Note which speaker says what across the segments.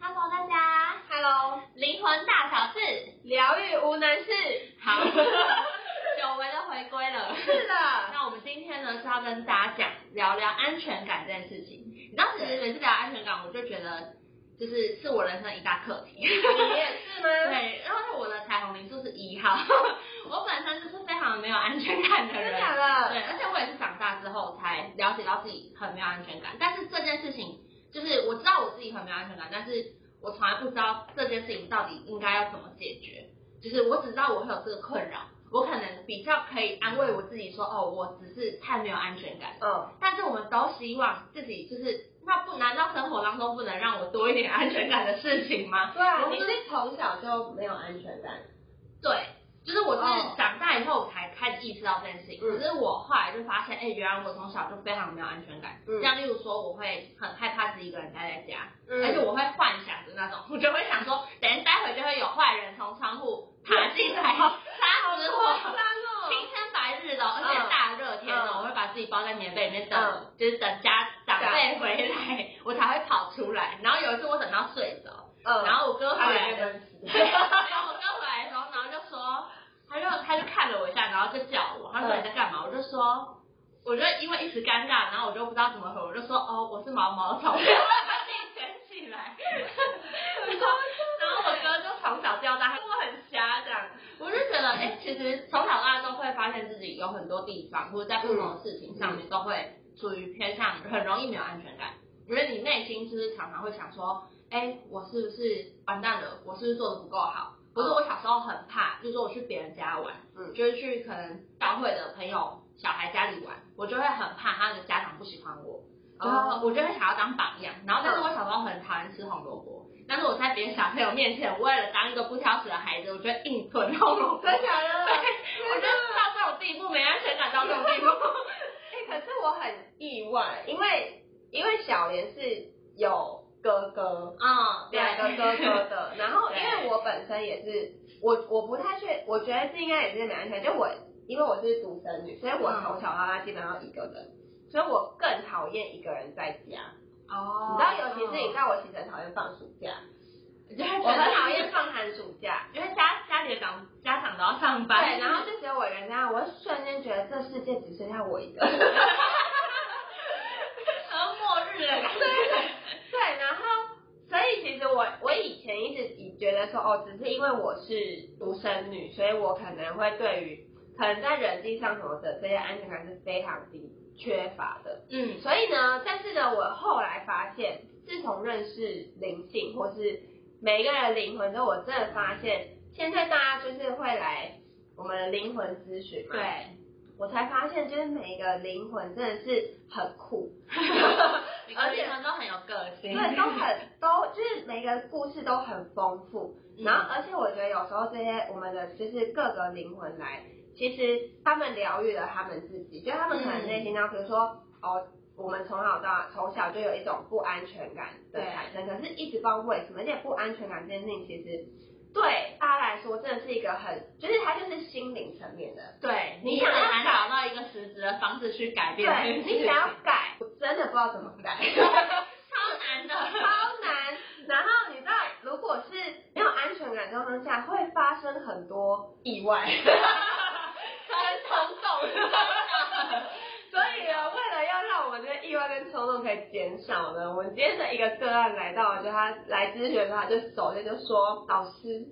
Speaker 1: Hello，大家
Speaker 2: Hello，
Speaker 1: 灵魂大小事，
Speaker 2: 疗愈无能事。
Speaker 1: 好， 久违的回归了。
Speaker 2: 是的，
Speaker 1: 那我们今天呢是要跟大家讲聊聊安全感这件事情。你知道，其实每次聊安全感，我就觉得就是是我人生一大课题。
Speaker 2: 你也是 吗？
Speaker 1: 对，然后我的彩虹零度是一号， 我本身就是非常没有安全感的
Speaker 2: 真
Speaker 1: 人
Speaker 2: 的。假的？
Speaker 1: 对，而且我也是长大之后才了解到自己很没有安全感。但是这件事情，就是我知道我自己很没有安全感，但是我从来不知道这件事情到底应该要怎么解决。就是我只知道我会有这个困扰，我可能比较可以安慰我自己说，哦，我只是太没有安全感。
Speaker 2: 嗯，
Speaker 1: 但是我们都希望自己就是，那不难道生活当中不能让我多一点安全感的事情吗？
Speaker 2: 对啊，
Speaker 1: 我
Speaker 2: 你
Speaker 1: 是
Speaker 2: 是从小就没有安全感。
Speaker 1: 对，就是我
Speaker 2: 哦
Speaker 1: 是长大以后我才开始意识到这件事情。
Speaker 2: 嗯
Speaker 1: 可是我后来就发现，哎、原来我从小就非常没有安全感。
Speaker 2: 嗯
Speaker 1: 像例如说，我会很害怕自己一个人待在家，
Speaker 2: 嗯
Speaker 1: 而且我会幻想的那种， 我就会想说，等一下待会就会有坏人从窗户爬进来杀死
Speaker 2: 夸
Speaker 1: 我。
Speaker 2: 张哦
Speaker 1: 青天白日的哦，而且
Speaker 2: 嗯
Speaker 1: 大热天的，
Speaker 2: 嗯
Speaker 1: 我会把自己包在棉被里面等，
Speaker 2: 嗯
Speaker 1: 就是等家长辈回来，我才会跑出来。然后有一次我等到睡着，
Speaker 2: 嗯，
Speaker 1: 然后我哥回
Speaker 2: 他
Speaker 1: 来了
Speaker 2: 也被。闷死。
Speaker 1: 然后我刚回来的时候，然后就说，他就他就看了我一下，然后就叫我，他说
Speaker 2: 嗯
Speaker 1: 你在干嘛？我就说，我就因为一时尴尬，然后我就不知道怎么回，我就说哦，我是毛毛虫，把自己卷起来。然后我哥就从小到大，他跟我很瞎这样，我就觉得哎、其实从小到大都会发现自己有很多地方，或者在不同的事情上面都会处于偏向，很容易没有安全感。因为你内心就是常常会想说，哎、我是不是完蛋了？我是不是做的不够好？或者我小时候很怕，就是说我去别人家玩，
Speaker 2: 嗯
Speaker 1: 就是去可能教会的朋友小孩家里玩，我就会很怕他的家长不喜欢我，然
Speaker 2: 哦
Speaker 1: 后我就会想要当榜样。然后，但是我小时候很讨厌吃红萝卜，但是我在别的小朋友面前，为了当一个不挑食的孩子，我就会硬吞红 萝卜。
Speaker 2: 真假的？
Speaker 1: 我就到这种地步，没安全感到这种地步。
Speaker 2: 哎、可是我很意外，因为因为小莲是有哥哥，
Speaker 1: 嗯，对
Speaker 2: 两个哥哥的，然后因
Speaker 1: 对
Speaker 2: 为我本身也是，我我不太确，我觉得这应该也是没安全感，就我因为我是独生女，所以我
Speaker 1: 嗯
Speaker 2: 从小到大基本上一个人，所以我更讨厌一个人在家。
Speaker 1: 哦
Speaker 2: 你知道，尤其是你知道，我其实很讨厌放暑假，
Speaker 1: 你就会
Speaker 2: 我
Speaker 1: 觉
Speaker 2: 很
Speaker 1: 得
Speaker 2: 讨厌放寒暑 假。
Speaker 1: 因为家家里的长家长都要上班，
Speaker 2: 对，然后就只有我一个人在家，我会瞬间觉得这世界只剩下我一个。
Speaker 1: 和末日的感觉。
Speaker 2: 对，然后所以其实我我以前一直以觉得说哦，只是因为我是独生女，所以我可能会对于可能在人际上什么的这些安全感是非常低缺乏的。
Speaker 1: 嗯，
Speaker 2: 所以呢，但是呢，我后来发现，自从认识灵性或是每一个人的灵魂之后，我真的发现，现在大家就是会来我们的灵魂咨询嘛，，
Speaker 1: 对，
Speaker 2: 我才发现就是每一个灵魂真的是很酷，
Speaker 1: 而且他都很有个性，
Speaker 2: 对，都很都就是每个故事都很丰富，
Speaker 1: 嗯
Speaker 2: 然后而且我觉得有时候这些我们的就是各个灵魂来，其实他们疗愈了他们自己，就他们可能内心当中，比如
Speaker 1: 嗯
Speaker 2: 说哦，我们从小到大从小就有一种不安全感的产生，可是一直不知道为什么，而且不安全感这件事情其实。对大家来说，真的是一个很，就是它就是心灵层面的。
Speaker 1: 对，
Speaker 2: 你
Speaker 1: 你
Speaker 2: 想
Speaker 1: 很
Speaker 2: 要
Speaker 1: 难
Speaker 2: 改
Speaker 1: 找到一个实质的方式去改变这
Speaker 2: 对
Speaker 1: 件事情，
Speaker 2: 你想要改，我真的不知道怎么 改。
Speaker 1: 超难 的，
Speaker 2: 超难。然后你知道，如果是没有安全感的状况下，会发生很多意外。
Speaker 1: 很冲动。
Speaker 2: 所以呢，为了要让我们这个意外跟冲动可以减少呢，我们今天的一个个案来到了，就他来咨询的时候，他就首先就说：“老师，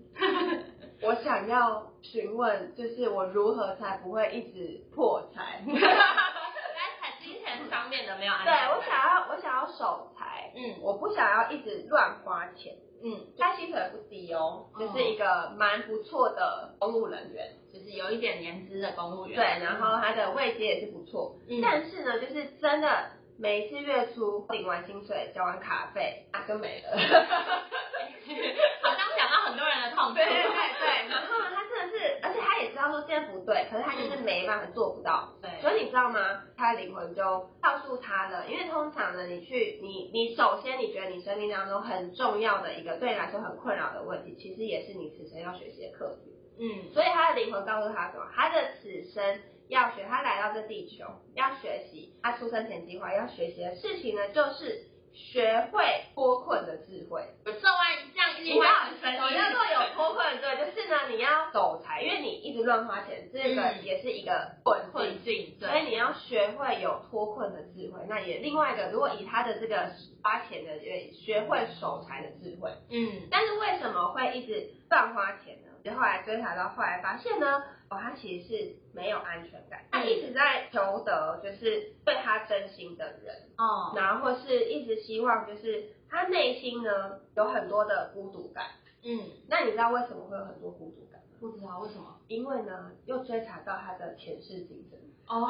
Speaker 2: 我想要询问，就是我如何才不会一直破财？
Speaker 1: 来谈金钱方面的没有安
Speaker 2: 对
Speaker 1: 全
Speaker 2: 我想要，我想要守财，
Speaker 1: 嗯
Speaker 2: 我不想要一直乱花钱。”
Speaker 1: 嗯，
Speaker 2: 他薪水不低哦，就是一个蛮不错的公务人员，
Speaker 1: 就是有一点年资的公务员，
Speaker 2: 对，然后他的位阶也是不错，
Speaker 1: 嗯
Speaker 2: 但是呢，就是真的每一次月初领完薪水，交完卡费，啊就没 了。
Speaker 1: 好像讲到很多人的痛处，
Speaker 2: 对对对 对，然后呢，他真的是，而且他也知道说这样不对，可是他就是没办法做不到，
Speaker 1: 对
Speaker 2: 所以你知道吗？他的灵魂就告诉他了，因为通常呢，你去你你首先你觉得你生命当中很重要的一个对你来说很困扰的问题，其实也是你此生要学习的课题。
Speaker 1: 嗯
Speaker 2: 所以他的灵魂告诉他什么？他的此生要学，他来到这地球要学习，他出生前计划要学习的事情呢，就是学会脱困的智慧。
Speaker 1: 这万一这样
Speaker 2: 你
Speaker 1: 一
Speaker 2: 要
Speaker 1: 万生
Speaker 2: 我要做有脱困，对，就是呢，你要守财，因为你一直乱花钱，这个
Speaker 1: 嗯
Speaker 2: 也是一个困境。
Speaker 1: 困境，
Speaker 2: 所以
Speaker 1: 对，
Speaker 2: 你要学会有脱困的智慧。那也另外一个，如果以他的这个花钱的，也学会守财的智慧。
Speaker 1: 嗯，
Speaker 2: 但是为什么会一直乱花钱呢？就后来追查到，后来发现呢，哦，他其实是没有安全感，他一直在求得就是对他真心的人，
Speaker 1: 哦，
Speaker 2: 然后或是一直希望就是他内心呢有很多的孤独感。
Speaker 1: 嗯，
Speaker 2: 那你知道为什么会有很多孤独感吗？
Speaker 1: 不知道为什么，
Speaker 2: 因为呢，又追查到他的前世今生，
Speaker 1: 哦，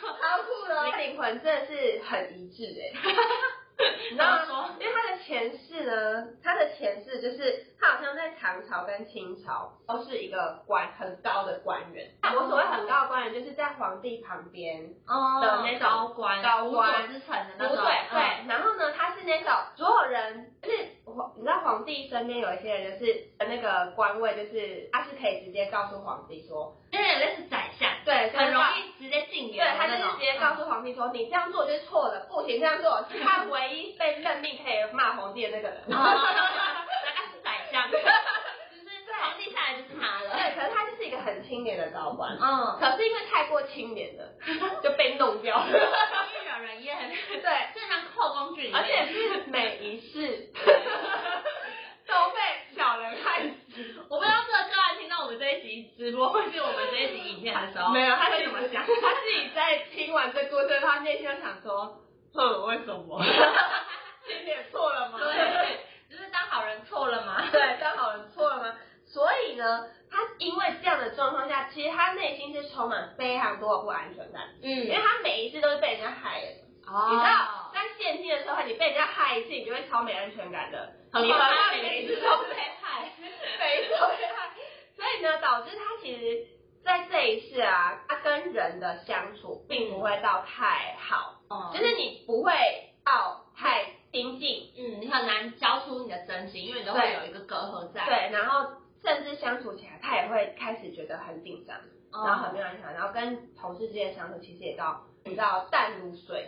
Speaker 2: 超酷的哦，灵魂真的是很一致哎。你知
Speaker 1: 然
Speaker 2: 道
Speaker 1: 后
Speaker 2: 吗？
Speaker 1: 说，
Speaker 2: 因为他的前世呢，他的前世就是他好像在唐朝跟清朝都是一个官很高的官员。我所谓很高的官员，就是在皇帝旁边，
Speaker 1: 哦
Speaker 2: 的那种
Speaker 1: 高官，
Speaker 2: 高官
Speaker 1: 辅佐之臣的
Speaker 2: 不
Speaker 1: 那
Speaker 2: 对
Speaker 1: 种，
Speaker 2: 对。然后呢，他是那种所有人，就是皇，你知道皇帝身边有一些人就是那个官位，就是他是可以直接告诉皇帝说，
Speaker 1: 嗯，有点类似宰相，
Speaker 2: 对，
Speaker 1: 很容
Speaker 2: 易。
Speaker 1: 易直接进
Speaker 2: 对
Speaker 1: 言，
Speaker 2: 他就是直接
Speaker 1: 哦
Speaker 2: 告诉皇帝说，你这样做就是错的，不行这样做。是他唯一被任命可以骂皇帝的那个人。
Speaker 1: 哦，大概是宰相，就是皇帝下来就是他了，
Speaker 2: 对，可是他就是一个很清廉的高官，
Speaker 1: 嗯，
Speaker 2: 可是因为太过清廉了，就被弄掉了。
Speaker 1: 因为惹人厌，
Speaker 2: 对，
Speaker 1: 正常后宫剧里面，
Speaker 2: 而且是每一世都被小人害死。
Speaker 1: 我不知道这个个案听到我们这一集直播，或是我们这一集影片的时候，
Speaker 2: 没有，他
Speaker 1: 他
Speaker 2: 是
Speaker 1: 会怎
Speaker 2: 怎么
Speaker 1: 么
Speaker 2: 想？
Speaker 1: 想？
Speaker 2: 他自己在听完这故事，他内心就想说：哼，为什么？ 清廉错了吗？
Speaker 1: 对，就是当好人错了吗？
Speaker 2: 对，刚好很错了吗？所以呢，他因为这样的状况下，其实他内心是充满非常多的不安全感，因为
Speaker 1: 嗯，
Speaker 2: 他每一次都是被人家害的。
Speaker 1: 哦
Speaker 2: 你知道，在现今的社会，你被人家害一次，你就会超没安全感的，
Speaker 1: 很
Speaker 2: 你
Speaker 1: 快
Speaker 2: 何况
Speaker 1: 每
Speaker 2: 每
Speaker 1: 一
Speaker 2: 一
Speaker 1: 次
Speaker 2: 次
Speaker 1: 都
Speaker 2: 都
Speaker 1: 被
Speaker 2: 被
Speaker 1: 害，
Speaker 2: 被受害，所以呢，导致他其实在这一世啊，他跟人的相处并不会到太好，
Speaker 1: 哦
Speaker 2: 就是你不会到太亲近，
Speaker 1: 嗯，你很难交出你的真心，因为你都会有一个隔阂在，
Speaker 2: 对，然后甚至相处起来，他也会开始觉得很紧张。
Speaker 1: 嗯，
Speaker 2: 然后很没有安全感，然后跟同事之间相处其实也到比较淡如 水。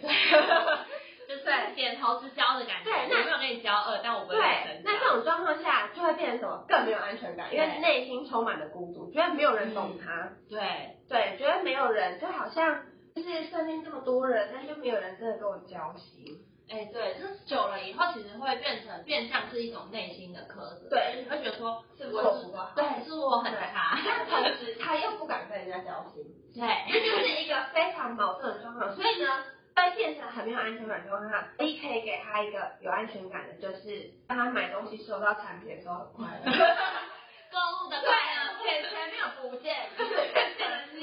Speaker 1: 就是点头之交的感觉。
Speaker 2: 对那
Speaker 1: 我没有跟你交恶，但我不会
Speaker 2: 对
Speaker 1: 跟，你
Speaker 2: 那这
Speaker 1: 交恶
Speaker 2: 种状况下就会变成什么？更没有安全感，因为
Speaker 1: 对
Speaker 2: 内心充满了孤独，觉得没有人懂他，
Speaker 1: 对，
Speaker 2: 对，觉得没有人，就好像就是身边这么多人，但就没有人真的跟我交心。
Speaker 1: 哎对，就是久了以后，其实会变成变相是一种内心的苛责，
Speaker 2: 对
Speaker 1: 就是你会觉得说是
Speaker 2: 我
Speaker 1: 我
Speaker 2: 不够好
Speaker 1: 对，是我很差，
Speaker 2: 但同时他又不敢跟人家交心， 这
Speaker 1: 对，
Speaker 2: 就是一个非常矛盾的状况。所以呢，在变成很没有安全感的状况下，唯一可以给他一个有安全感的，就是当他买东西收到产品的时候很快乐。
Speaker 1: 购物的
Speaker 2: 对
Speaker 1: 快
Speaker 2: 啊，
Speaker 1: 乐，
Speaker 2: 钱钱没有不见，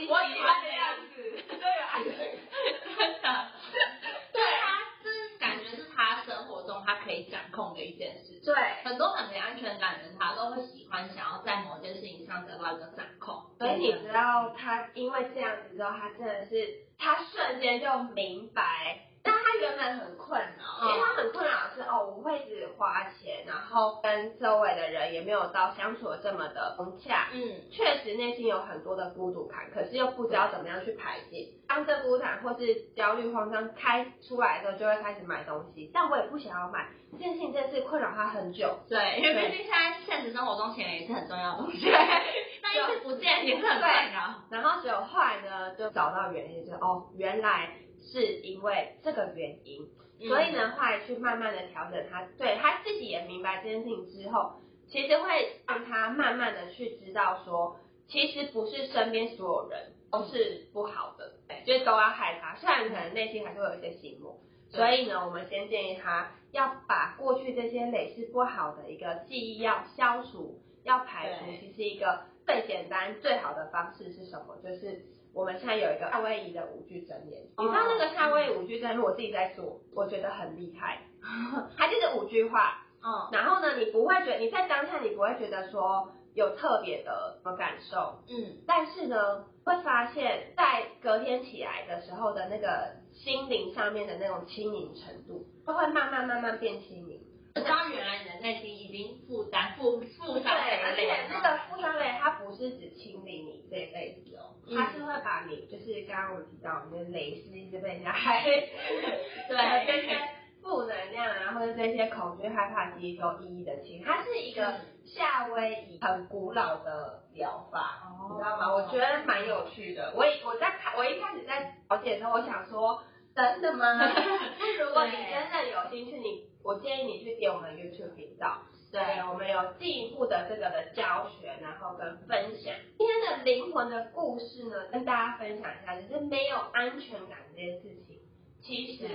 Speaker 1: 我喜欢的样
Speaker 2: 子，对啊，
Speaker 1: 真的，对啊，就是感觉是他生活中他可以掌控的一件事。
Speaker 2: 对，
Speaker 1: 很多很没安全感的人，他都会喜欢想要在某件事情上得到一个掌控。
Speaker 2: 所以你知道他因为这样子之后，他真的是他瞬间就明白。但他原本很困扰，因为他很困扰的是哦，我会一直花钱，然后跟周围的人也没有到相处的这么的融洽，
Speaker 1: 嗯，
Speaker 2: 确实内心有很多的孤独感，可是又不知道怎么样去排解。当这孤独感或是焦虑、慌张开出来的时候，就会开始买东西，但我也不想要买。这件事情真的是困扰他很久，
Speaker 1: 对，因为毕竟现在现实生活中钱也是很重要的东西， 但一直不见也是很困扰。
Speaker 2: 然后只有后来呢，就找到原因，就是哦，原来是因为这个原因，
Speaker 1: 嗯
Speaker 2: 所以呢，后来去慢慢的调整他，对他自己也明白这件事情之后，其实会让他慢慢的去知道说，其实不是身边所有人都是不好的，对，就是都要害怕，虽然可能内心还是会有一些心魔，
Speaker 1: 对
Speaker 2: 所以呢，我们先建议他要把过去这些累世不好的一个记忆要消除，要排除
Speaker 1: 对，
Speaker 2: 其实一个最简单最好的方式是什么？就是我们现在有一个夏威夷的五句真言，
Speaker 1: 哦
Speaker 2: 你知道那个夏威夷五句真言，我自己在做，我觉得很厉害。 它就是五句话，
Speaker 1: 嗯
Speaker 2: 然后呢，你不会觉得你在当下你不会觉得说有特别的什么感受，
Speaker 1: 嗯，
Speaker 2: 但是呢，会发现在隔天起来的时候的那个心灵上面的那种轻盈程度，都会慢慢慢慢变轻盈。
Speaker 1: 我知道原来你的内心已经负担负负
Speaker 2: 对，
Speaker 1: 伤
Speaker 2: 而
Speaker 1: 很累啊
Speaker 2: 且
Speaker 1: 了。
Speaker 2: 那个负伤类，它不是只清理你这一辈子哦，
Speaker 1: 嗯
Speaker 2: 它是会把你， 就是刚刚我提到，你的雷是一直被人家害，
Speaker 1: 对
Speaker 2: 这些负能啊这些恐惧、害怕、记忆都一一的清。它是一个夏威夷很古老的疗法，你知道
Speaker 1: 哦
Speaker 2: 吗？我觉得蛮有趣的。我一我在看，我一开始在了解的时候，我想说，真的吗？那如果你真的有兴趣，你我建议你去点我们 YouTube 频道。对，我们有进一步的这个的教学，然后跟分享。今天的灵魂的故事呢，跟大家分享一下，就是没有安全感这件事情，其实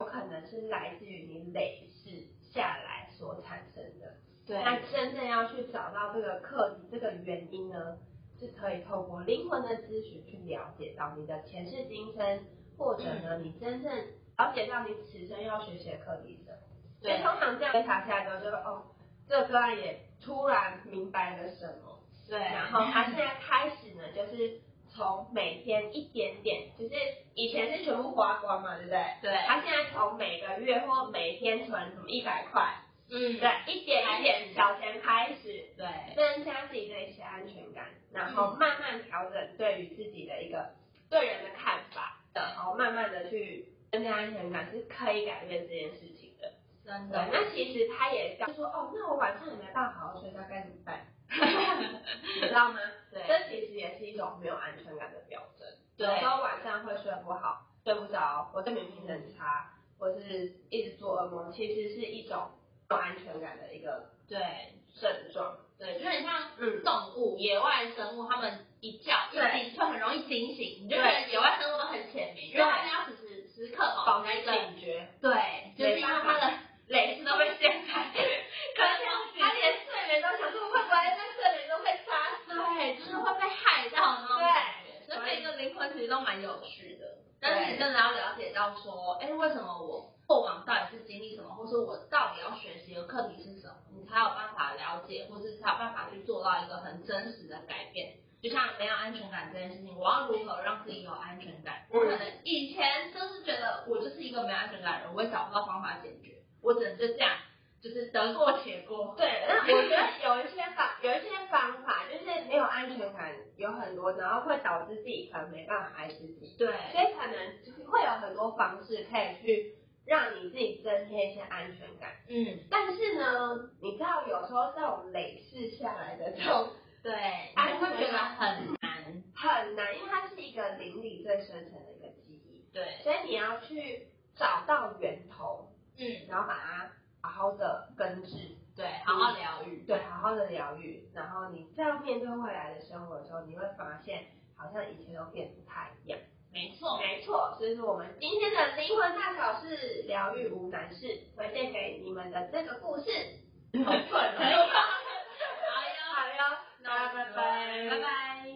Speaker 2: 有可能是来自于你累世下来所产生的。
Speaker 1: 对
Speaker 2: 那真正要去找到这个课题、这个原因呢，是可以透过灵魂的咨询去了解到你的前世今生，或者呢，你真正了解到你此生要学习的课题是什么。所以
Speaker 1: 对
Speaker 2: 通常这样观察下来之后，就会哦，这个个案也突然明白了什么，
Speaker 1: 对，
Speaker 2: 然后他现在开始呢，就是从每天一点点，就是以前是全部花光嘛，对不对？
Speaker 1: 对，
Speaker 2: 他现在从每个月或每天存什么一百块，
Speaker 1: 嗯
Speaker 2: 对，一点一点小钱开始，
Speaker 1: 对
Speaker 2: 增加自己的一些安全感，然后慢慢调整对于自己的一个对人的看法，然后慢慢的去增加安全感，是可以改变这件事情的。
Speaker 1: 真
Speaker 2: 对，那其实他也就说，哦，那我晚上也没办法好好睡觉，该怎么 办？你知道吗？
Speaker 1: 对
Speaker 2: 这其实也是一种没有安全感的表征。有时
Speaker 1: 对
Speaker 2: 候晚上会睡不好，睡不着，我睡眠品质很差，或是一直做噩梦，其实是一种没有安全感的一个
Speaker 1: 对
Speaker 2: 症状。
Speaker 1: 对，就很像
Speaker 2: 嗯，
Speaker 1: 动物、野外生物，它们一叫一
Speaker 2: 对
Speaker 1: 惊就很容易惊醒，你就
Speaker 2: 对
Speaker 1: 觉得野外生物都很浅明，因为它们要时时时刻保
Speaker 2: 保
Speaker 1: 持
Speaker 2: 持
Speaker 1: 哦在一个
Speaker 2: 警觉，
Speaker 1: 对，就是因为它的雷是都被掀 开，可能
Speaker 2: 他连睡眠都想说会不会在睡眠中被杀死？
Speaker 1: 对，就是会被害到的那种感觉。所
Speaker 2: 对
Speaker 1: 以每个灵魂其实都蛮有趣的，但是你真的要了解到说，哎，为什么我过往到底是经历什么，或是我到底要学习的课题是什么，你才有办法了解，或是才有办法去做到一个很真实的改变。就像没有安全感这件事情，我要如何让自己有安全感？我可能以前就是觉得我就是一个没有安全感的人，我也找不到方法解决，我只能就这样，就是得过且过。
Speaker 2: 对，那我觉得有一些方有一些方法，就是没有安全感有很多，然后会导致自己可能没办法爱自己，
Speaker 1: 对
Speaker 2: 所以可能会有很多方式可以去让你自己增添一些安全感。
Speaker 1: 嗯，
Speaker 2: 但是呢，你知道有时候这种累世下来的这种
Speaker 1: 对，
Speaker 2: 安
Speaker 1: 你
Speaker 2: 全
Speaker 1: 会
Speaker 2: 感
Speaker 1: 觉得很难。
Speaker 2: 很难，因为它是一个邻里最深层的一个记忆，
Speaker 1: 对，
Speaker 2: 所以你要去找到源头。
Speaker 1: 嗯，
Speaker 2: 然后把它好好的根治，
Speaker 1: 对，好好疗愈。
Speaker 2: 对，好好的疗愈，然后你再面对未来的生活的时候，你会发现好像以前都变不太一样。
Speaker 1: 没错，
Speaker 2: 没错，所以说我们今天的灵魂大小事疗愈无难事，推荐给你们的这个故事，好准
Speaker 1: 可以
Speaker 2: 哦！
Speaker 1: 好呀，
Speaker 2: 好哟，那拜拜，
Speaker 1: 拜拜。